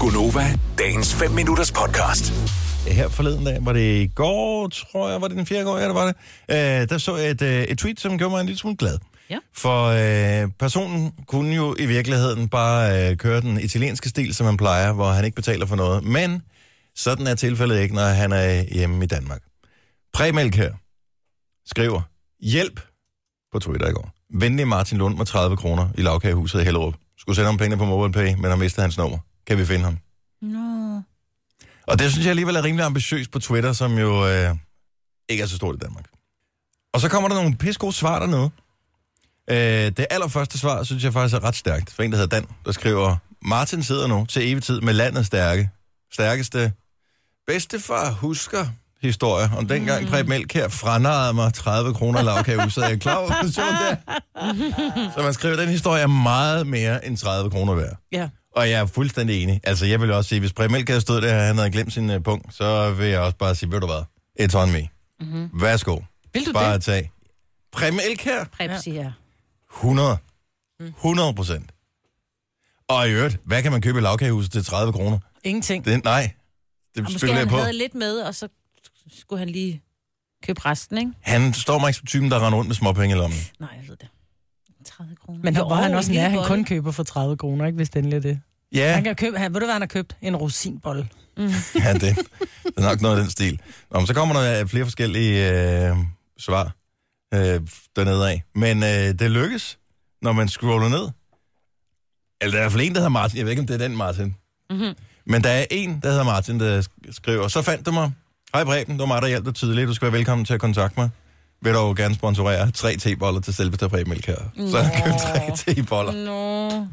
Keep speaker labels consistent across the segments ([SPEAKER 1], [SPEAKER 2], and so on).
[SPEAKER 1] Gunova, dagens 5 minutters podcast.
[SPEAKER 2] her forleden dag, var det i går, tror jeg, var det den fjerde går, ja, det var det, øh, der så jeg et, øh, et tweet, som gjorde mig en lille smule glad.
[SPEAKER 3] Ja.
[SPEAKER 2] For øh, personen kunne jo i virkeligheden bare øh, køre den italienske stil, som han plejer, hvor han ikke betaler for noget. Men sådan er tilfældet ikke, når han er hjemme i Danmark. Præmælk her skriver, hjælp på Twitter i går. Venlig Martin Lund med 30 kroner i lavkagehuset i Hellerup. Skulle sende ham pengene på MobilePay, men har mistet hans nummer. Kan vi finde ham?
[SPEAKER 3] Nå.
[SPEAKER 2] Og det synes jeg alligevel er rimelig ambitiøst på Twitter, som jo øh, ikke er så stort i Danmark. Og så kommer der nogle pisse gode svar dernede. Øh, det allerførste svar, synes jeg faktisk er ret stærkt. For en, der hedder Dan, der skriver, Martin sidder nu til evig tid med landets stærke, stærkeste bedstefar husker historie om dengang mm. Preben Melkær franarede mig 30 kroner lavkagehuset. Er I klar over, hvor sjovt det er? Så man skriver, den historie er meget mere end 30 kroner værd.
[SPEAKER 3] Ja.
[SPEAKER 2] Og jeg er fuldstændig enig. Altså, jeg vil også sige, hvis Preben Melkær stod der, og han havde glemt sin uh, punkt, så vil jeg også bare sige, ved du hvad, it's on me. Mm-hmm. Værsgo.
[SPEAKER 3] Vil Mhm. du
[SPEAKER 2] Bare
[SPEAKER 3] det?
[SPEAKER 2] tag. Preben Elkær,
[SPEAKER 3] Præps, ja.
[SPEAKER 2] 100.
[SPEAKER 3] Mm.
[SPEAKER 2] 100 procent. Og i øvrigt, hvad kan man købe i lavkagehuset til 30 kroner?
[SPEAKER 4] Ingenting.
[SPEAKER 2] Det, nej,
[SPEAKER 3] Og
[SPEAKER 2] det
[SPEAKER 3] måske
[SPEAKER 2] spiller jeg
[SPEAKER 3] han
[SPEAKER 2] på.
[SPEAKER 3] havde lidt med, og så skulle han lige købe resten, ikke?
[SPEAKER 2] Han står mig ikke som typen, der render rundt med småpenge i lommen.
[SPEAKER 3] Nej, jeg ved det. 30 kroner.
[SPEAKER 4] Men der var han også
[SPEAKER 3] en
[SPEAKER 4] nær,
[SPEAKER 3] lille
[SPEAKER 4] han
[SPEAKER 3] bolle.
[SPEAKER 4] kun køber for 30 kroner, ikke, hvis det endelig er det.
[SPEAKER 2] Ja,
[SPEAKER 4] Han kan købe, han, ved du hvad han har købt? En rosinbolle.
[SPEAKER 3] Mm.
[SPEAKER 2] ja det, det er nok noget af den stil. Nå, men så kommer der øh, flere forskellige øh, svar øh, dernede af. Men øh, det lykkes, når man scroller ned. Eller der er i hvert fald en, der hedder Martin. Jeg ved ikke, om det er den Martin. Mm-hmm. Men der er en, der hedder Martin, der sk- skriver. Så fandt du mig. Hej Breben, det var mig, der hjalp dig tidligt. Du skal være velkommen til at kontakte mig. Vil du gerne sponsorere tre teboller til selveste Preben Elkjær? Så han købte tre teboller.
[SPEAKER 3] Nå.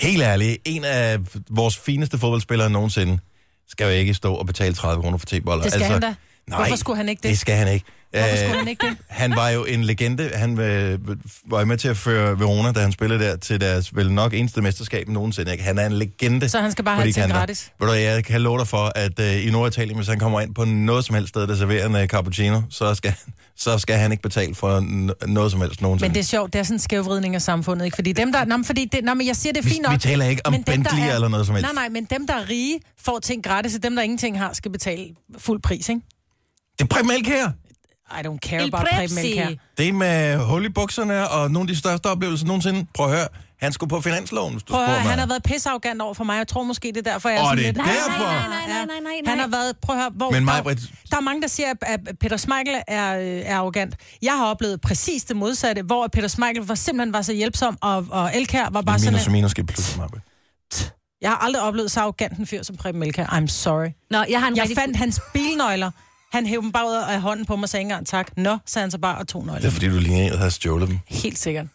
[SPEAKER 2] Helt ærligt, en af vores fineste fodboldspillere nogensinde skal jo ikke stå og betale 30 kroner for teboller.
[SPEAKER 4] Det skal han da.
[SPEAKER 2] altså, Nej,
[SPEAKER 4] Hvorfor skulle han ikke det?
[SPEAKER 2] Det skal han ikke.
[SPEAKER 4] Hvorfor
[SPEAKER 2] Øh,
[SPEAKER 4] skulle han ikke det?
[SPEAKER 2] han var jo en legende. Han øh, var jo med til at føre Verona, da han spillede der, til deres vel nok eneste mesterskab nogensinde. Ikke? Han er en legende.
[SPEAKER 4] Så han skal bare
[SPEAKER 2] på
[SPEAKER 4] have
[SPEAKER 2] de
[SPEAKER 4] ting
[SPEAKER 2] kanter.
[SPEAKER 4] gratis?
[SPEAKER 2] Ved du, hvad, jeg kan love dig for, at øh, i Norditalien, hvis han kommer ind på noget som helst sted, der serverer en øh, cappuccino, så skal, så skal han ikke betale for n- noget som helst nogensinde.
[SPEAKER 4] Men det er sjovt, det er sådan en skævvridning af samfundet, ikke? Fordi dem, der... Nå, men, fordi det, nå, men jeg siger, det er
[SPEAKER 2] Vi-
[SPEAKER 4] fint nok.
[SPEAKER 2] vi taler ikke om
[SPEAKER 4] men dem, der
[SPEAKER 2] Bentley eller noget som helst.
[SPEAKER 4] Nej, nej, men dem, der er rige, får ting gratis, og dem, der ingenting har, skal betale fuld pris, ikke?
[SPEAKER 2] det er Preben her.
[SPEAKER 4] I don't care
[SPEAKER 3] El
[SPEAKER 4] about Preben
[SPEAKER 3] Prepsi.
[SPEAKER 4] Elkjær.
[SPEAKER 2] Det med hul i bukserne og nogle af de største oplevelser nogensinde. Prøv at høre, han skulle på finansloven, hvis du
[SPEAKER 4] Prøv at høre,
[SPEAKER 2] spurgte mig.
[SPEAKER 4] han har været pisseafgant over for mig. Jeg tror måske, det er derfor, jeg er
[SPEAKER 2] Åh,
[SPEAKER 4] sådan
[SPEAKER 2] det er
[SPEAKER 4] lidt...
[SPEAKER 2] derfor. Nej,
[SPEAKER 3] nej, nej, nej, nej, nej, nej.
[SPEAKER 4] Han har været... Prøv at høre, hvor...
[SPEAKER 2] Men
[SPEAKER 4] der,
[SPEAKER 2] Maj-Brit-
[SPEAKER 4] der er mange, der siger, at- at Peter Smeichel er, øh, er arrogant. Jeg har oplevet præcis det modsatte, hvor Peter Smeichel var, simpelthen var så hjælpsom, og, og Elkær var bare
[SPEAKER 2] Minus
[SPEAKER 4] sådan...
[SPEAKER 2] og minus skal pludselig meget.
[SPEAKER 4] Jeg har aldrig oplevet så arrogant en fyr som Preben Elkær. I'm sorry.
[SPEAKER 3] Nå, jeg har en
[SPEAKER 4] Jeg
[SPEAKER 3] rigtig...
[SPEAKER 4] fandt hans bilnøgler. Han hævde dem bare ud af hånden på mig og sagde ikke engang tak. Nå, sagde han så bare og to
[SPEAKER 2] Det er
[SPEAKER 4] nøgler.
[SPEAKER 2] fordi, du ligner en, der har stjålet dem.
[SPEAKER 4] Helt sikkert.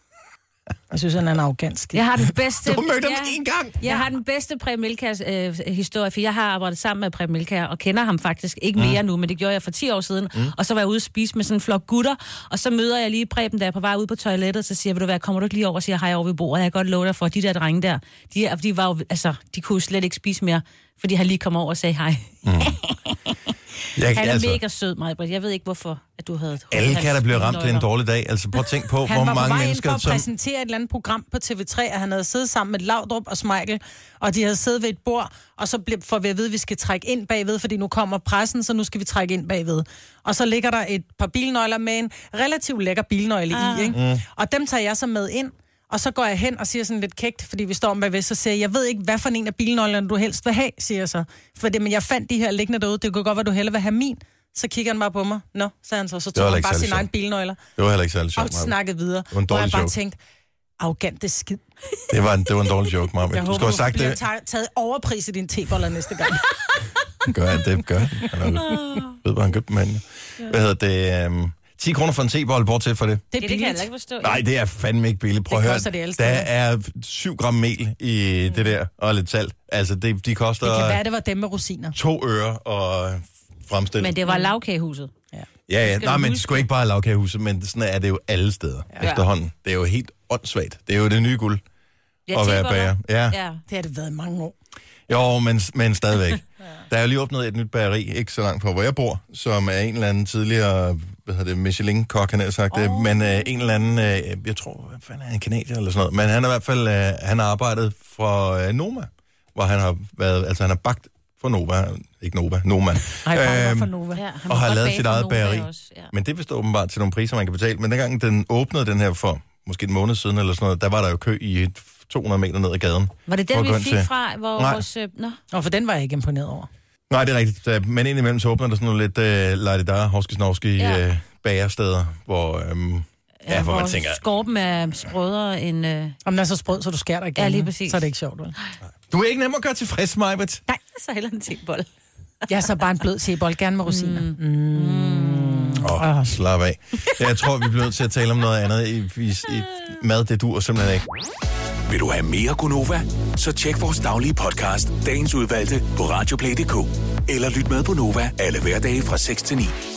[SPEAKER 4] Jeg synes, han er en arrogant skid.
[SPEAKER 3] Jeg har den bedste...
[SPEAKER 2] Du mødte ham
[SPEAKER 3] Ja.
[SPEAKER 2] én gang.
[SPEAKER 3] Jeg har den bedste Preben Milkærs øh, historie, for jeg har arbejdet sammen med Preben Milkær, og kender ham faktisk ikke
[SPEAKER 2] Mm.
[SPEAKER 3] mere nu, men det gjorde jeg for 10 år siden. Mm. Og så var jeg ude at spise med sådan en flok gutter, og så møder jeg lige Preben, der er på vej ud på toilettet, og så siger jeg, "Ved du hvad, kommer du ikke lige over og siger hej over ved bordet? Jeg kan godt love dig for, at de der drenge der, de, er- de, var jo, altså, de kunne jo slet ikke spise mere, fordi han lige kom over og sagde hej.
[SPEAKER 2] Jeg,
[SPEAKER 3] Han er mega sød, Majbrit. Jeg ved ikke, hvorfor at du havde...
[SPEAKER 2] altså. alle kan da blive ramt af en
[SPEAKER 3] dårlig...
[SPEAKER 2] dårlig dag. Altså prøv at tænke på,
[SPEAKER 4] Han
[SPEAKER 2] hvor
[SPEAKER 4] var på
[SPEAKER 2] mange
[SPEAKER 4] vej ind for
[SPEAKER 2] mennesker,
[SPEAKER 4] at
[SPEAKER 2] som...
[SPEAKER 4] præsentere et eller andet program på TV3, og han havde siddet sammen med Laudrup og Smeichel, og de havde siddet ved et bord, og så blev, får vi at vide, at vi skal trække ind bagved, fordi nu kommer pressen, så nu skal vi trække ind bagved. Og så ligger der et par bilnøgler med en relativt lækker bilnøgle ah. i, ikke? Mm. og dem tager jeg så med ind, og så går jeg hen og siger sådan lidt kægt, fordi vi står om bagved, så siger jeg, jeg ved ikke, hvad for en af bilnøglerne du helst vil have, siger jeg så. For det, men jeg fandt de her liggende derude, det kunne godt være, du hellere vil have min. Så kigger han bare på mig. Nå, sagde han så. Så
[SPEAKER 2] var
[SPEAKER 4] tog han
[SPEAKER 2] ikke
[SPEAKER 4] bare
[SPEAKER 2] særlig
[SPEAKER 4] sine egne
[SPEAKER 2] sjovt.
[SPEAKER 4] bilnøgler
[SPEAKER 2] Det var heller ikke særlig
[SPEAKER 4] og
[SPEAKER 2] sjovt, Maja.
[SPEAKER 4] snakket videre.
[SPEAKER 2] var en
[SPEAKER 4] hvor
[SPEAKER 2] dårlig
[SPEAKER 4] jeg bare
[SPEAKER 2] joke.
[SPEAKER 4] tænkte, arrogant det er skid.
[SPEAKER 2] Det var en, det var en dårlig joke, Maja.
[SPEAKER 4] Jeg
[SPEAKER 2] Du skulle
[SPEAKER 4] håber,
[SPEAKER 2] have
[SPEAKER 4] du
[SPEAKER 2] sagt
[SPEAKER 4] bliver
[SPEAKER 2] det.
[SPEAKER 4] ta- taget overpris i din teboller næste gang.
[SPEAKER 2] Gør han det? Gør han. Han er- ved, hvor han købte dem henne. Hvad hedder det? øhm, 10 kroner for en tebold, bortset for det.
[SPEAKER 4] Det er
[SPEAKER 3] Det kan jeg
[SPEAKER 4] billigt.
[SPEAKER 3] heller ikke forstå.
[SPEAKER 2] Nej, det er fandme ikke billigt. Prøv
[SPEAKER 4] Det
[SPEAKER 2] at høre,
[SPEAKER 4] koster det alle
[SPEAKER 2] der
[SPEAKER 4] steder. Mm.
[SPEAKER 2] er 7 gram mel i det der, og lidt salt. Altså, det, de koster...
[SPEAKER 4] Det kan være, det var dem med rosiner.
[SPEAKER 2] to øre og fremstille.
[SPEAKER 3] Men det var lavkagehuset.
[SPEAKER 2] ja, ja.
[SPEAKER 3] skal
[SPEAKER 2] Nej,
[SPEAKER 3] du
[SPEAKER 2] men det
[SPEAKER 3] huske.
[SPEAKER 2] skulle ikke bare lavkagehuset, men sådan er det jo alle steder ja. efterhånden. Det er jo helt åndssvagt. Det er jo det nye guld
[SPEAKER 3] Jeg
[SPEAKER 2] at være
[SPEAKER 3] tipper dig.
[SPEAKER 2] bager. Ja.
[SPEAKER 3] Ja.
[SPEAKER 4] Det har det været i mange år.
[SPEAKER 2] Jo, men, men stadigvæk. Der er jo lige åbnet et nyt bageri, ikke så langt fra, hvor jeg bor, som er en eller anden tidligere hvad hedder det, Michelin-kok, han har sagt det, men øh, en eller anden, øh, jeg tror, hvad fanden er han, kanadier eller sådan noget, men han er i hvert fald, øh, han har arbejdet for øh, Noma, hvor han har været, altså han har bagt for Nova, ikke Nova, Noma.
[SPEAKER 4] Ej, øhm,
[SPEAKER 2] Øhm,
[SPEAKER 4] for Nova. Ja.
[SPEAKER 3] Ja, han
[SPEAKER 2] og
[SPEAKER 3] må
[SPEAKER 2] har
[SPEAKER 3] godt
[SPEAKER 2] lavet
[SPEAKER 3] bage
[SPEAKER 2] sit
[SPEAKER 3] for
[SPEAKER 2] eget
[SPEAKER 3] Noma
[SPEAKER 2] bageri.
[SPEAKER 3] også, Ja.
[SPEAKER 2] Men det består åbenbart til nogle priser, man kan betale. Men dengang den åbnede den her for måske en måned siden eller sådan noget, der var der jo kø i et 200 meter ned ad gaden.
[SPEAKER 3] Var det
[SPEAKER 2] Prøv
[SPEAKER 3] den,
[SPEAKER 2] at
[SPEAKER 3] vi
[SPEAKER 2] gå ind
[SPEAKER 3] fik
[SPEAKER 2] til-
[SPEAKER 3] fra, hvor
[SPEAKER 2] Nej.
[SPEAKER 3] vores... øh, Nå,
[SPEAKER 4] Og for den var jeg ikke imponeret over.
[SPEAKER 2] Nej, det er rigtigt. Øh, Men indimellem så åbner der sådan nogle lidt øh, lejdedare, horskesnovske ja.
[SPEAKER 3] Ja.
[SPEAKER 2] øh, bagersteder, hvor, øhm, ja, hvor man tænker,
[SPEAKER 3] Skorpen er sprødere end... Øh...
[SPEAKER 4] Om den er så sprød, så du skærer dig igen.
[SPEAKER 3] Ja, lige præcis.
[SPEAKER 4] Så er det ikke sjovt, vel?
[SPEAKER 2] du er ikke nem at gøre tilfreds, Majbet.
[SPEAKER 3] Nej, så heller en tebold.
[SPEAKER 4] Jeg er så bare en blød tebold, gerne med rosiner. Mm.
[SPEAKER 2] Åh, oh, slap af. Jeg tror, vi bliver nødt til at tale om noget andet. I, i, i mad, det dur simpelthen ikke.
[SPEAKER 1] Vil du have mere Gunova? Så tjek vores daglige podcast, dagens udvalgte, på radioplay.dk. Eller lyt med på Nova alle hverdage fra 6 til 9.